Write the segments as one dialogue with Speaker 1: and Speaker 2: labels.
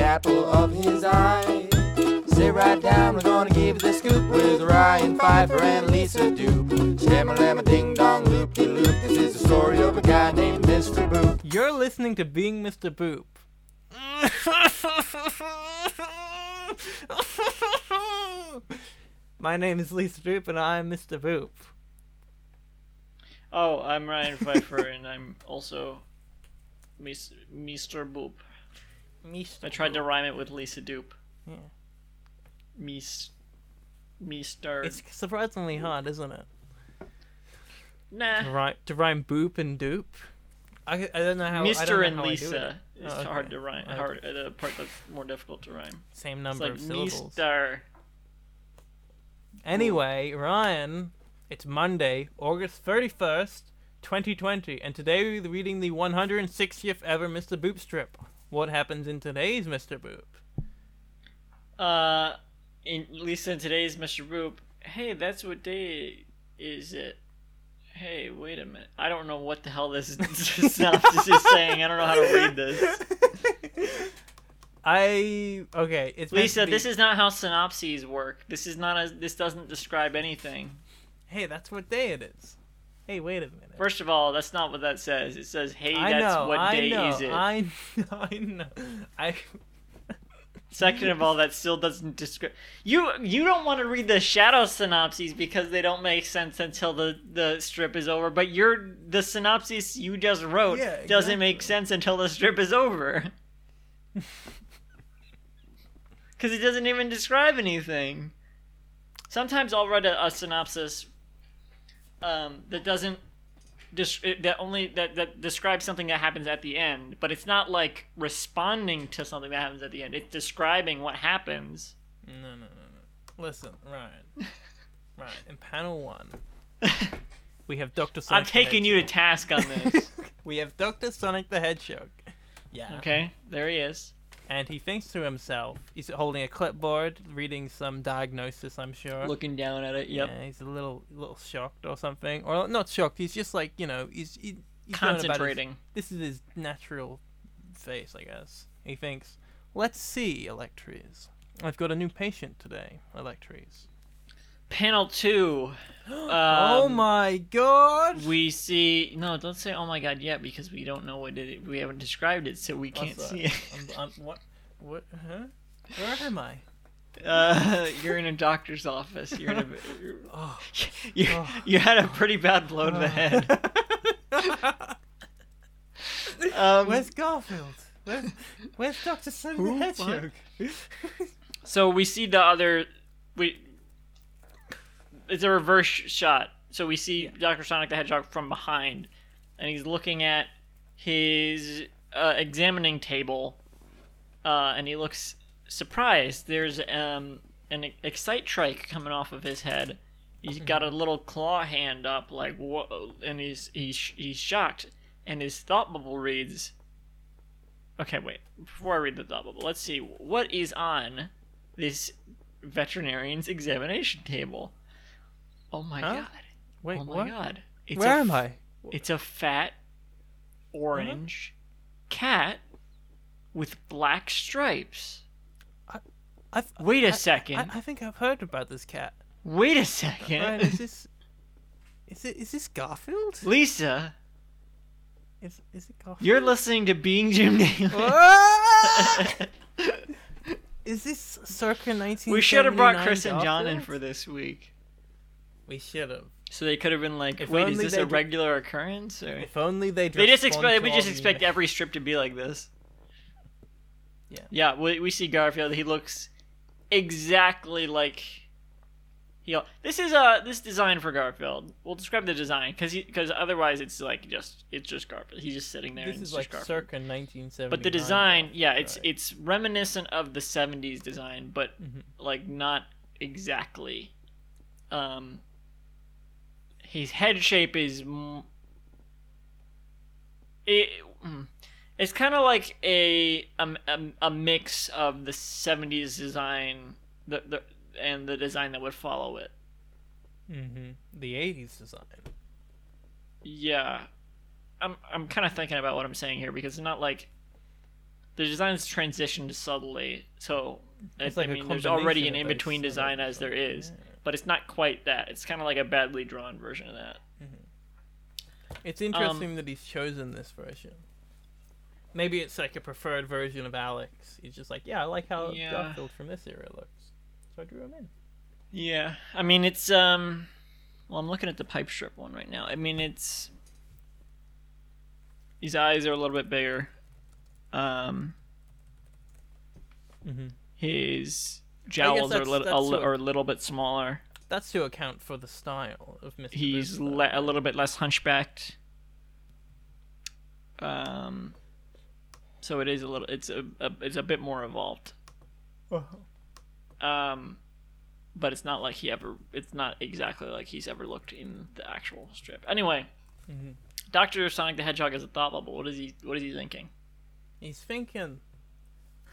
Speaker 1: of his eye. Sit right down, we're gonna give you the scoop with Ryan Pfeiffer and Lisa Dupe. Shamma lamma ding dong loop de loop. This is the story of a guy named Mr. Boop.
Speaker 2: You're listening to Being Mr. Boop. My name is Lisa Boop, and I'm Mr. Boop.
Speaker 3: Oh, I'm Ryan Pfeiffer, and I'm also Mis- Mr. Boop.
Speaker 2: Mr.
Speaker 3: I tried to rhyme it with Lisa Dupe.
Speaker 2: Yeah.
Speaker 3: Mis- Mr.
Speaker 2: It's surprisingly hard, isn't it? To
Speaker 3: nah.
Speaker 2: rhyme, to rhyme boop and doop. I, I don't know how. I don't know
Speaker 3: Mr. and
Speaker 2: how I do it.
Speaker 3: Lisa is
Speaker 2: Oh,
Speaker 3: hard
Speaker 2: okay.
Speaker 3: to rhyme.
Speaker 2: Okay.
Speaker 3: Hard, uh, the part that's more difficult to rhyme.
Speaker 2: Same
Speaker 3: It's
Speaker 2: number
Speaker 3: like
Speaker 2: of syllables.
Speaker 3: Mr.
Speaker 2: Anyway, Ryan, it's Monday, August 31st, 2020, and today we're reading the 160th ever Mr. Boop strip. What happens in today's Mr. Boop?
Speaker 3: Uh, in Lisa in today's Mr. Boop. Hey, that's what day is it? Hey, wait a minute. I don't know what the hell this synopsis is saying. I don't know how to read this.
Speaker 2: I. Okay, it's. meant
Speaker 3: Lisa,
Speaker 2: to be-
Speaker 3: this is not how synopses work. This is not a. This doesn't describe anything.
Speaker 2: Hey, that's what day it is. Hey, wait a minute.
Speaker 3: First of all, that's not what that says. It says, "Hey,
Speaker 2: I
Speaker 3: that's
Speaker 2: know,
Speaker 3: what
Speaker 2: I
Speaker 3: day
Speaker 2: know,
Speaker 3: is it."
Speaker 2: I know, I know. I.
Speaker 3: Second of all, that still doesn't describe. You you don't want to read the shadow synopses because they don't make sense until the the strip is over. But your the synopsis you just wrote
Speaker 2: Yeah,
Speaker 3: doesn't make
Speaker 2: exactly.
Speaker 3: sense until the strip is over. Because it doesn't even describe anything. Sometimes I'll write a, a synopsis um, that doesn't dis- it- that only that that describes something that happens at the end, but it's not like responding to something that happens at the end. It's describing what happens.
Speaker 2: No, no, no, no. Listen, Ryan. Ryan, in panel one, we have Dr. Sonic.
Speaker 3: I'm
Speaker 2: the
Speaker 3: taking you to task on this.
Speaker 2: We have Dr. Sonic the Hedgehog. Yeah.
Speaker 3: okay, there he is.
Speaker 2: And he thinks to himself, he's holding a clipboard, reading some diagnosis, I'm sure.
Speaker 3: Looking down at it. Yep.
Speaker 2: Yeah, he's a little little shocked or something. Or not shocked, he's just like, you know, he's, he, he's known about his-
Speaker 3: Concentrating.
Speaker 2: this is his natural face, I guess. He thinks, let's see, Electries. I've got a new patient today, Electries.
Speaker 3: Panel two.
Speaker 2: oh
Speaker 3: Um,
Speaker 2: my god!
Speaker 3: We see no. Don't say "oh my god" yet because we don't know what it. We haven't described it, so we can't
Speaker 2: What's
Speaker 3: see
Speaker 2: that?
Speaker 3: it.
Speaker 2: I'm, I'm, what? What? Huh? Where am I?
Speaker 3: Uh, you're in a doctor's office. You're in a.
Speaker 2: Oh.
Speaker 3: You,
Speaker 2: Oh.
Speaker 3: you had a pretty bad blow to the head. Um,
Speaker 2: Where's Garfield? Where's, where's Doctor Sonic
Speaker 3: Who?
Speaker 2: the Hedgehog?
Speaker 3: So we see the other. We. It's a reverse sh- shot. So we see Doctor Sonic the Hedgehog from behind, and he's looking at his uh, examining table, uh, and he looks surprised. There's um, an excite trike coming off of his head. He's got a little claw hand up, like whoa, and he's he's he's shocked. And his thought bubble reads. Okay, wait. Before I read the thought bubble, let's see what is on this veterinarian's examination table. Oh my
Speaker 2: Huh?
Speaker 3: god!
Speaker 2: Wait,
Speaker 3: oh my
Speaker 2: what?
Speaker 3: god! It's
Speaker 2: Where
Speaker 3: a
Speaker 2: am I?
Speaker 3: it's a fat orange cat with black stripes.
Speaker 2: I've,
Speaker 3: Wait a
Speaker 2: a
Speaker 3: second.
Speaker 2: I, I think I've heard about this cat.
Speaker 3: Wait a
Speaker 2: Ryan, is
Speaker 3: second.
Speaker 2: this is it is this Garfield?
Speaker 3: Lisa,
Speaker 2: Is is it Garfield?
Speaker 3: you're listening to Being Jim Neighbor.
Speaker 2: Ah! is this circa 19?
Speaker 3: we should have brought Chris and John in for this week.
Speaker 2: We should have.
Speaker 3: So they could have been like,
Speaker 2: If
Speaker 3: wait, is
Speaker 2: only
Speaker 3: this
Speaker 2: they
Speaker 3: a
Speaker 2: did-
Speaker 3: regular occurrence? Or...
Speaker 2: If only they'd.
Speaker 3: They just
Speaker 2: respond
Speaker 3: expect.
Speaker 2: to
Speaker 3: We
Speaker 2: all
Speaker 3: just
Speaker 2: the
Speaker 3: expect
Speaker 2: emails.
Speaker 3: every strip to be like this.
Speaker 2: Yeah.
Speaker 3: Yeah. We, we see Garfield. He looks exactly like. He. This is uh this design for Garfield. We'll describe the design because because otherwise it's like just it's just Garfield. He's just sitting there.
Speaker 2: This
Speaker 3: and
Speaker 2: is
Speaker 3: it's
Speaker 2: like
Speaker 3: just Garfield.
Speaker 2: circa 1970.
Speaker 3: But the design, yeah, it's
Speaker 2: Right.
Speaker 3: it's reminiscent of the '70s design, but
Speaker 2: Mhm.
Speaker 3: like not exactly. Um. His head shape is. m- It, mm. it's kind of like a, um um, a mix of the '70s design, the, the and the design that would follow it.
Speaker 2: hmm The 80s design.
Speaker 3: Yeah. I'm I'm kind of thinking about what I'm saying here because it's not like the designs transitioned subtly. So I-
Speaker 2: It's like
Speaker 3: I
Speaker 2: a
Speaker 3: mean, there's already
Speaker 2: combination
Speaker 3: an
Speaker 2: of those
Speaker 3: in between
Speaker 2: sort of-
Speaker 3: design as there is, but it's not quite that. It's kind of like a badly drawn version of that.
Speaker 2: It's
Speaker 3: Um,
Speaker 2: interesting that he's chosen this version. Maybe it's like a preferred version of Alex. He's just like, yeah, I like how
Speaker 3: Yeah.
Speaker 2: Garfield from this era looks, so I drew him in.
Speaker 3: Yeah, I mean it's um, well I'm looking at the pipe strip one right now. I mean it's his eyes are a little bit bigger. Um,
Speaker 2: Mhm.
Speaker 3: his jowls are a
Speaker 2: that's-
Speaker 3: little
Speaker 2: that's
Speaker 3: a, li-
Speaker 2: what-
Speaker 3: are a little bit smaller.
Speaker 2: That's to account for the style of Mr.
Speaker 3: He's
Speaker 2: Booster.
Speaker 3: le- a little bit less hunchbacked. Um, so it is a little. It's a, a it's a bit more evolved.
Speaker 2: Oh.
Speaker 3: Um, but it's not like he ever. It's not exactly like he's ever looked in the actual strip. Anyway, Mm-hmm. Doctor Sonic the Hedgehog is a thought bubble. What is he? What is he thinking?
Speaker 2: He's thinking,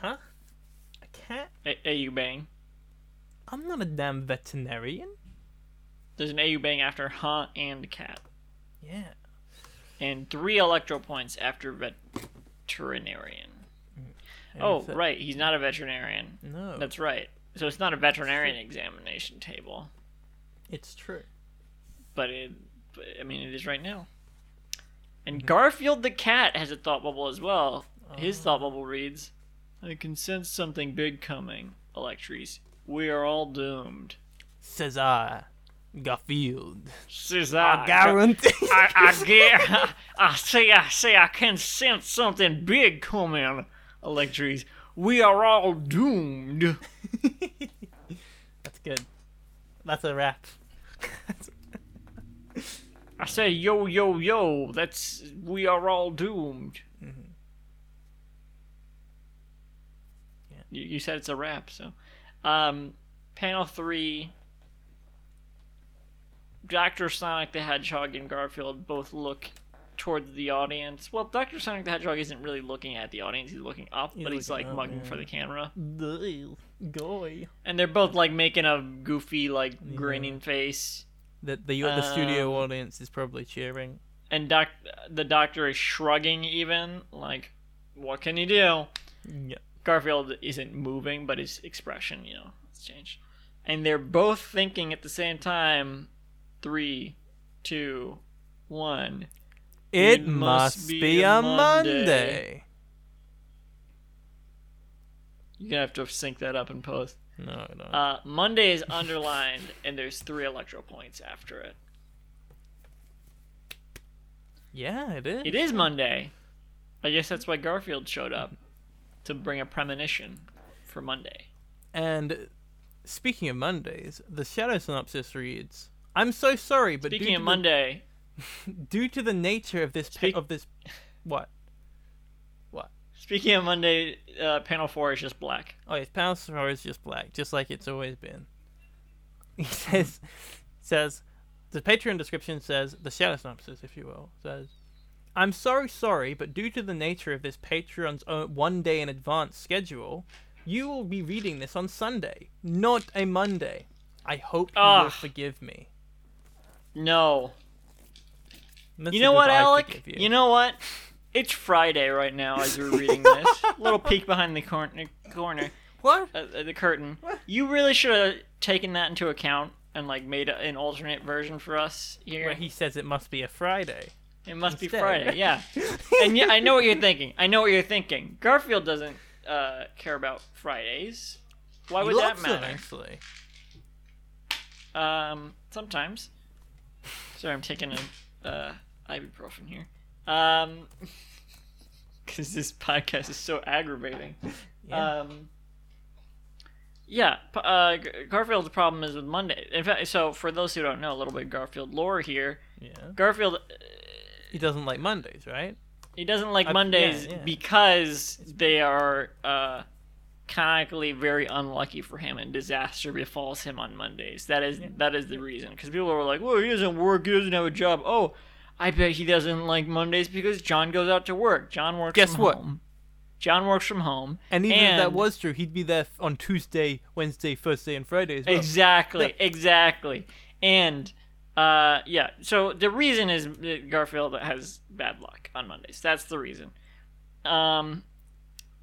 Speaker 2: huh? I can't.
Speaker 3: A- AU bang.
Speaker 2: I'm not a damn veterinarian.
Speaker 3: There's an AU bang after huh and cat,
Speaker 2: Yeah.
Speaker 3: and three electro points after veterinarian.
Speaker 2: And
Speaker 3: Oh,
Speaker 2: if it-
Speaker 3: right. He's not a veterinarian.
Speaker 2: No,
Speaker 3: That's right. So it's not a veterinarian examination table,
Speaker 2: it's true.
Speaker 3: but it, but, I mean, it is right now. And Garfield the cat has a thought bubble as well. His thought bubble reads, "I can sense something big coming, Electries. We are all doomed."
Speaker 2: Cesar "Ah, Garfield.
Speaker 3: Says
Speaker 2: I
Speaker 3: I.
Speaker 2: guarantee.
Speaker 3: I, I get. I see. I see. I can sense something big coming, Electries. We are all doomed.
Speaker 2: That's good.
Speaker 3: Ah.
Speaker 2: That's a wrap.
Speaker 3: I said, yo, yo, yo, that's. We are all doomed.
Speaker 2: Mm-hmm. Yeah.
Speaker 3: You, you said it's a wrap, so. Um, panel three. Dr. Sonic the Hedgehog and Garfield both look towards the audience. Well, Dr. Sonic the Hedgehog isn't really looking at the audience, he's looking up, but he's like
Speaker 2: looking up,
Speaker 3: mugging for
Speaker 2: yeah.
Speaker 3: the camera.
Speaker 2: Goy.
Speaker 3: And they're both like making a goofy, like grinning face.
Speaker 2: The the, the studio
Speaker 3: Um,
Speaker 2: audience is probably cheering.
Speaker 3: and doc- the doctor is shrugging even like what can you do
Speaker 2: Yeah.
Speaker 3: garfield isn't moving but his expression you know it's changed and they're both thinking at the same time three two one
Speaker 2: It,
Speaker 3: It
Speaker 2: must, be, a Monday.
Speaker 3: you're gonna have to sync that up in post
Speaker 2: No, no.
Speaker 3: uh, monday is underlined and there's three electro points after it
Speaker 2: yeah, it is.
Speaker 3: it is monday i guess that's why garfield showed up to bring a premonition for monday
Speaker 2: And speaking of Mondays, the shadow synopsis reads, "I'm so sorry, but due
Speaker 3: speaking
Speaker 2: to
Speaker 3: of
Speaker 2: the-
Speaker 3: monday
Speaker 2: due to the nature of this pe-
Speaker 3: Speak-
Speaker 2: of this, what? What?
Speaker 3: Speaking of Monday, uh, panel four is just black.
Speaker 2: Oh, his Panosaur is just black, just like it's always been. He
Speaker 3: Hmm.
Speaker 2: says, says, the Patreon description says, the shadow synopsis, if you will, says, I'm sorry, sorry, but due to the nature of this Patreon's own one day in advance schedule, you will be reading this on Sunday, not a Monday. I hope you will
Speaker 3: Ugh.
Speaker 2: forgive me.
Speaker 3: No.
Speaker 2: And that's
Speaker 3: You
Speaker 2: the
Speaker 3: know what,
Speaker 2: goodbye I
Speaker 3: Alec?
Speaker 2: forgive
Speaker 3: You. know what? It's Friday right now as we're reading this. Little peek behind the corner, corner,
Speaker 2: what?
Speaker 3: uh, uh, the curtain. You really should have taken that into account and like made a, an alternate version for us here.
Speaker 2: Where he says it must be a Friday.
Speaker 3: it must be
Speaker 2: instead.
Speaker 3: Friday, yeah. and yeah, I know what you're thinking. I know what you're thinking. Garfield doesn't uh, care about Fridays. Why
Speaker 2: He
Speaker 3: would that
Speaker 2: loves them,
Speaker 3: matter?
Speaker 2: actually.
Speaker 3: Um, sometimes. Sorry, I'm taking a uh, ibuprofen here. Um, because this podcast is so aggravating.
Speaker 2: Yeah.
Speaker 3: Um. Yeah, p- uh, G- Garfield's problem is with Monday. In fact, so for those who don't know, a little bit of Garfield lore here.
Speaker 2: Yeah.
Speaker 3: Garfield, uh,
Speaker 2: He doesn't like Mondays, right?
Speaker 3: he doesn't like
Speaker 2: yeah,
Speaker 3: Mondays
Speaker 2: yeah.
Speaker 3: because they are uh, canonically very unlucky for him, and disaster befalls him on Mondays. That is that is the reason. Because people were like, "Well, he doesn't work. He doesn't have a job." Oh, I bet he doesn't like Mondays because John goes out to work. John works.
Speaker 2: Guess
Speaker 3: from
Speaker 2: what?
Speaker 3: Home. John works from home.
Speaker 2: And even if that
Speaker 3: and-
Speaker 2: was true, he'd be there f- on Tuesday, Wednesday, Thursday, and Friday as well.
Speaker 3: Exactly, exactly. And uh, yeah, so the reason is that Garfield has bad luck on Mondays. That's the reason. Um,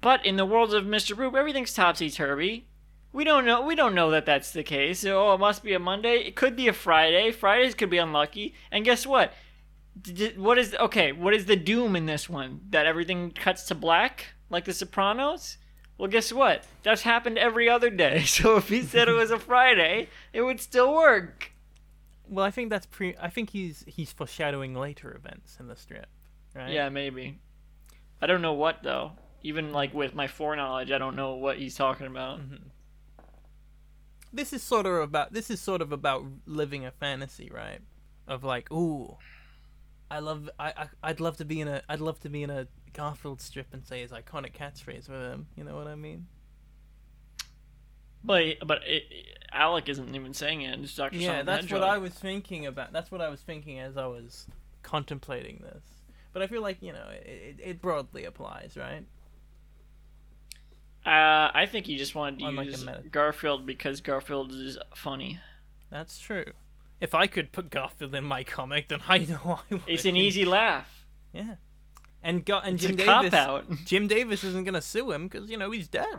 Speaker 3: But in the worlds of Mr. Boop, everything's topsy turvy. We don't know. We don't know that that's the case. Oh, it must be a Monday. It could be a Friday. Fridays could be unlucky. And guess what? D- d- what is okay? What is the doom in this one? That everything cuts to black, like The Sopranos. Well, guess what? That's happened every other day. So if he said it was a Friday, it would still work.
Speaker 2: Well, I think that's pre. I think he's he's foreshadowing later events in the strip, right?
Speaker 3: Yeah, maybe. I don't know what though. Even like with my foreknowledge, I don't know what he's talking about.
Speaker 2: Mm-hmm. This is sort of about this is sort of about living a fantasy, right? Of like, ooh, I love I, I I'd love to be in a I'd love to be in a Garfield strip and say his iconic catchphrase with him. You know what I mean?
Speaker 3: But but it, Alec isn't even saying it. It's Doctor.
Speaker 2: Yeah, that's what I was thinking about. That's what I was thinking as I was contemplating this. But I feel like you know it, it, it broadly applies, right?
Speaker 3: Uh, I think he just wanted to
Speaker 2: On, like, a
Speaker 3: use
Speaker 2: meta-
Speaker 3: Garfield because Garfield is funny.
Speaker 2: That's true. If I could put Garfield in my comic, then I know I would.
Speaker 3: It's an easy laugh.
Speaker 2: Yeah. And Gar- and
Speaker 3: It's
Speaker 2: Jim
Speaker 3: a cop
Speaker 2: Davis.
Speaker 3: out.
Speaker 2: Jim Davis isn't gonna sue him because you know he's dead,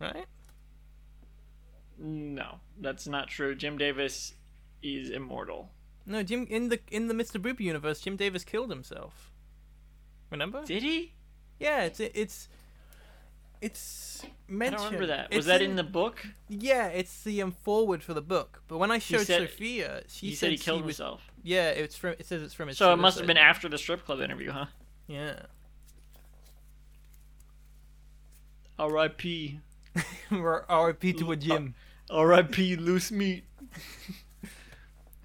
Speaker 2: right?
Speaker 3: No, that's not true. Jim Davis is immortal.
Speaker 2: No, Jim in the in the Mr. Boop universe, Jim Davis killed himself. Remember?
Speaker 3: Did he?
Speaker 2: Yeah, it's it's it's
Speaker 3: I
Speaker 2: mentioned.
Speaker 3: don't remember that.
Speaker 2: It's
Speaker 3: Was that in the book?
Speaker 2: Yeah, it's the um, forward for the book. But when I showed
Speaker 3: said-
Speaker 2: Sophia, she
Speaker 3: You said he killed
Speaker 2: was,
Speaker 3: himself.
Speaker 2: Yeah, it's from. It says it's from. His
Speaker 3: So it must have
Speaker 2: suicide.
Speaker 3: been after the strip club interview, huh?
Speaker 2: Yeah.
Speaker 3: R.I.P.
Speaker 2: R.I.P. to a Jim.
Speaker 3: R.I.P. Loose meat.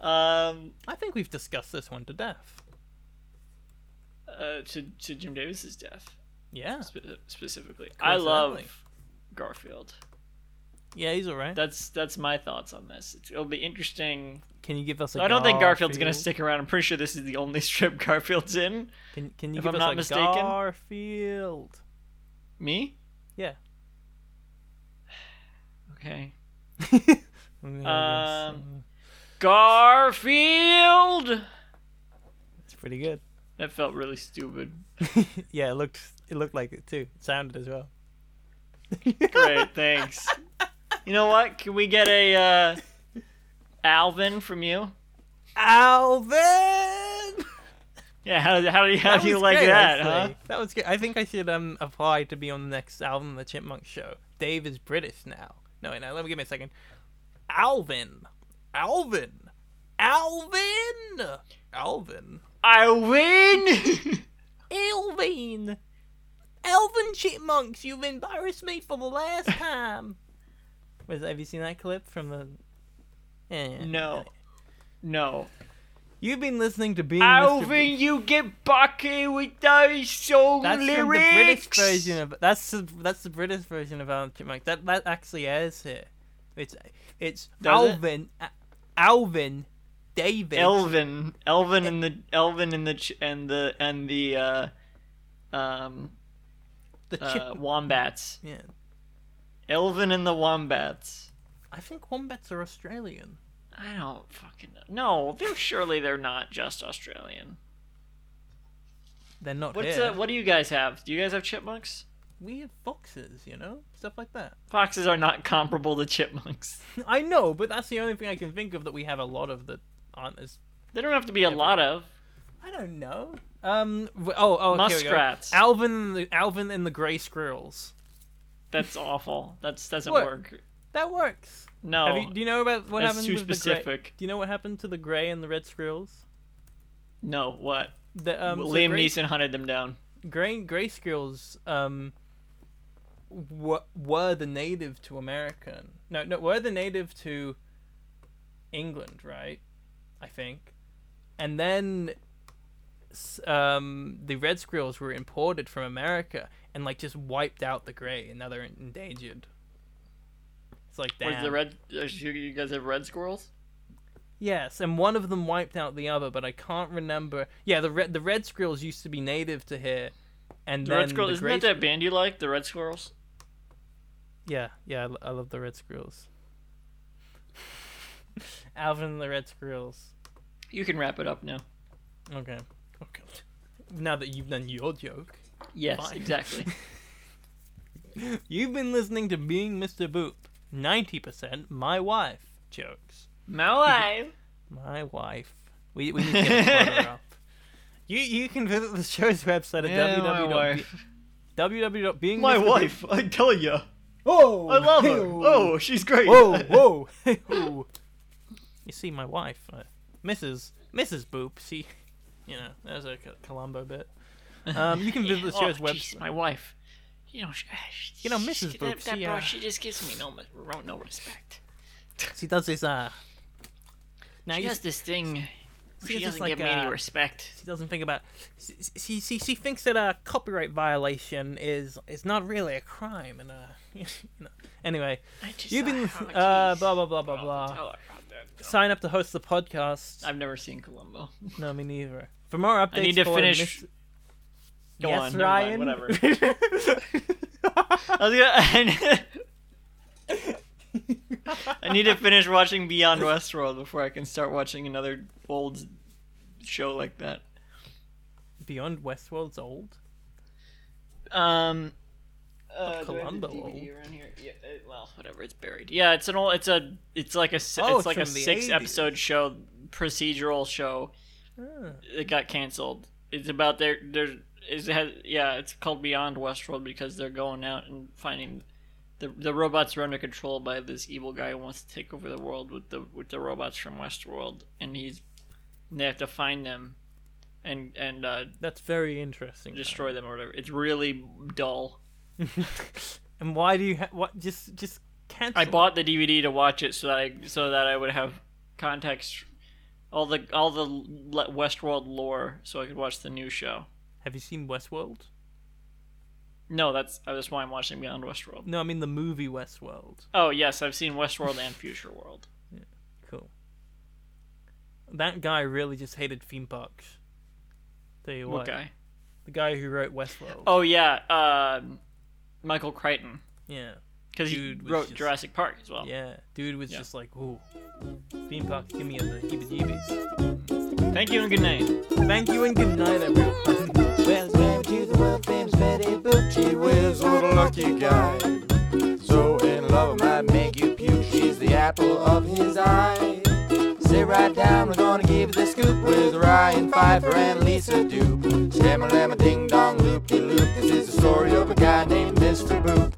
Speaker 3: um,
Speaker 2: I think we've discussed this one to death.
Speaker 3: uh, to to Jim Davis's death
Speaker 2: Yeah.
Speaker 3: spe- specifically. I love
Speaker 2: Coincidentally.
Speaker 3: Garfield.
Speaker 2: Yeah, he's alright.
Speaker 3: That's that's my thoughts on this. It's, it'll be interesting.
Speaker 2: Can you give us a
Speaker 3: I I don't think Garfield's gonna
Speaker 2: Garfield?
Speaker 3: stick around. I'm pretty sure this is the only strip Garfield's in.
Speaker 2: Can, can you
Speaker 3: if
Speaker 2: give us
Speaker 3: I'm not
Speaker 2: a
Speaker 3: mistaken.
Speaker 2: Garfield?
Speaker 3: Me?
Speaker 2: Yeah.
Speaker 3: Okay.
Speaker 2: Yeah, I guess,
Speaker 3: Um, Garfield.
Speaker 2: it's pretty good.
Speaker 3: That felt really stupid.
Speaker 2: yeah, it looked it looked like it too. It sounded as well.
Speaker 3: Great, thanks. You know what? Can we get a uh, Alvin from you?
Speaker 2: Alvin.
Speaker 3: Yeah, how how do you, how
Speaker 2: That
Speaker 3: do you
Speaker 2: was
Speaker 3: like
Speaker 2: great,
Speaker 3: that, huh?
Speaker 2: actually. That was good. I think I should um apply to be on the next Alvin and the Chipmunk show. Dave is British now. No, wait, no, let me give me a second. Alvin, Alvin, Alvin, Alvin,
Speaker 3: I win.
Speaker 2: Alvin, Alvin Chipmunks. You've embarrassed me for the last time. Was have you seen that clip from the? Eh,
Speaker 3: no, no.
Speaker 2: You've been listening to Being Mr. Br-
Speaker 3: Alvin, you get bucky with those song
Speaker 2: That's
Speaker 3: lyrics.
Speaker 2: from the British version of that's the, that's the British version of Alan Chipmunk. That that actually airs here. It's it's
Speaker 3: Does it?
Speaker 2: Alvin, A- Alvin, David.
Speaker 3: Elvin, Elvin, and the Elvin and the ch- and the and the uh, um
Speaker 2: the chip.
Speaker 3: uh, wombats.
Speaker 2: yeah,
Speaker 3: Elvin and the wombats.
Speaker 2: I think wombats are Australian.
Speaker 3: I don't fucking know. No, they're surely they're not just Australian.
Speaker 2: They're not
Speaker 3: What's
Speaker 2: here.
Speaker 3: uh, what do you guys have? Do you guys have chipmunks?
Speaker 2: We have foxes, you know, stuff like that.
Speaker 3: Foxes are not comparable to chipmunks.
Speaker 2: I know, but that's the only thing I can think of that we have a lot of that aren't as.
Speaker 3: They don't have to be a lot of.
Speaker 2: I don't know. Um. w- Oh. Oh. here we go.
Speaker 3: Muskrats.
Speaker 2: Alvin. and the Alvin and the Grey Squirrels.
Speaker 3: That's awful. That's doesn't
Speaker 2: What?
Speaker 3: work.
Speaker 2: That works.
Speaker 3: No.
Speaker 2: Have you, do you know about what
Speaker 3: That's
Speaker 2: happened
Speaker 3: Oh, too
Speaker 2: with the gray?
Speaker 3: specific.
Speaker 2: Do you know what happened to the gray and the red squirrels?
Speaker 3: No, what?
Speaker 2: The um, so
Speaker 3: Liam
Speaker 2: gray,
Speaker 3: Neeson hunted them down.
Speaker 2: gray gray squirrels um were, were the native to American. No, no, were the native to England, right? I think, and then s- um the red squirrels were imported from America and like just wiped out the gray, and now they're endangered. It's like damn.
Speaker 3: Was the red? uh, You you guys have red squirrels?
Speaker 2: Yes, and one of them wiped out the other, but I can't remember. Yeah, the red the red squirrels used to be native to here, and
Speaker 3: The
Speaker 2: then
Speaker 3: red squirrel
Speaker 2: the
Speaker 3: isn't
Speaker 2: gray
Speaker 3: that that band you like? The red squirrels.
Speaker 2: squ- Yeah, yeah, I, lo- I love the red squirrels. Alvin and the red squirrels.
Speaker 3: You can wrap it up now.
Speaker 2: Okay. Okay. Now that you've done your joke,
Speaker 3: Yes,
Speaker 2: Fine.
Speaker 3: exactly.
Speaker 2: You've been listening to Being Mr. Boop. 90% my wife jokes.
Speaker 3: My wife.
Speaker 2: My wife. We, we need to get the photo up. You, you can visit the show's website at
Speaker 3: Yeah, my
Speaker 2: www.
Speaker 3: wife.
Speaker 2: www.being
Speaker 3: My
Speaker 2: Mr. Boop.
Speaker 3: wife. I tell ya,
Speaker 2: Oh,
Speaker 3: I love her.
Speaker 2: hey-oh.
Speaker 3: Oh, she's great.
Speaker 2: Whoa, whoa, hey-oh. You see, my wife, uh, Mrs. Mrs. Boop. She, you know, that was a C- Columbo bit. Um, you can visit the show's
Speaker 3: oh,
Speaker 2: website.
Speaker 3: jeez, my wife. You know, she, ah, she-
Speaker 2: You know, Mrs.
Speaker 3: she-
Speaker 2: Boop,
Speaker 3: That, that
Speaker 2: she, uh,
Speaker 3: broad, she just gives me no, no, no respect.
Speaker 2: She does this. Uh, now
Speaker 3: She
Speaker 2: you
Speaker 3: has this thing.
Speaker 2: she
Speaker 3: She
Speaker 2: has this,
Speaker 3: doesn't
Speaker 2: like,
Speaker 3: give me any
Speaker 2: uh,
Speaker 3: respect.
Speaker 2: she doesn't think about. She, she she she thinks that a copyright violation is is not really a crime and uh. You know. Anyway,
Speaker 3: I just,
Speaker 2: you've been
Speaker 3: oh,
Speaker 2: uh
Speaker 3: jeez.
Speaker 2: blah blah blah blah
Speaker 3: I'll
Speaker 2: blah.
Speaker 3: tell her about that.
Speaker 2: Sign up to host the podcast.
Speaker 3: I've never seen Columbo.
Speaker 2: No, me neither. For more updates,
Speaker 3: I need to
Speaker 2: follow
Speaker 3: finish-
Speaker 2: Miss-
Speaker 3: Go
Speaker 2: yes,
Speaker 3: on, never
Speaker 2: Ryan.
Speaker 3: mind, I, was gonna, I need to finish watching Beyond Westworld before I can start watching another old show like that.
Speaker 2: Beyond Westworld's old.
Speaker 3: Um, uh, do I have the
Speaker 2: Columbo
Speaker 3: DVD around here? Yeah, it- well, whatever. It's buried. Yeah, it's an old. It's a. It's like a. s-
Speaker 2: Oh,
Speaker 3: it's
Speaker 2: it's
Speaker 3: like a
Speaker 2: from the
Speaker 3: six episode show, procedural show.
Speaker 2: Ah.
Speaker 3: It got canceled. It's about their their. Is it has yeah. It's called Beyond Westworld because they're going out and finding. The, the robots are under control by this evil guy who wants to take over the world with the with the robots from Westworld, and he's they have to find them, and and uh,
Speaker 2: That's very interesting.
Speaker 3: destroy them or whatever. It's really dull.
Speaker 2: and why do you ha- what just just cancel?
Speaker 3: I bought the DVD to watch it so that I so that I would have context, all the all the le- Westworld lore, so I could watch the new show.
Speaker 2: Have you seen Westworld?
Speaker 3: No, that's that's why I'm watching Beyond Westworld.
Speaker 2: No, I mean the movie Westworld.
Speaker 3: Oh yes, I've seen Westworld and Future World.
Speaker 2: Cool. That guy really just hated theme parks. Tell you what,
Speaker 3: Okay.
Speaker 2: the guy who wrote Westworld.
Speaker 3: Oh yeah, um, Michael Crichton,
Speaker 2: Yeah,
Speaker 3: because he
Speaker 2: Dude was
Speaker 3: wrote
Speaker 2: just-
Speaker 3: Jurassic Park as well.
Speaker 2: yeah. Dude was
Speaker 3: Yeah.
Speaker 2: just like, ooh, theme parks, give me the heebie-jeebies.
Speaker 3: Thank you and good night.
Speaker 2: Thank you and good night, everyone.
Speaker 1: Well, back to the world famous Betty Boop. She whiz, what a lucky guy. So in love, I might make you puke. She's the apple of his eye. Sit right down, we're gonna give you the scoop with Ryan Pfeiffer and Lisa Doop. Stammer, lamma, ding dong, loop de loop. This is the story of a guy named Mr. Boop.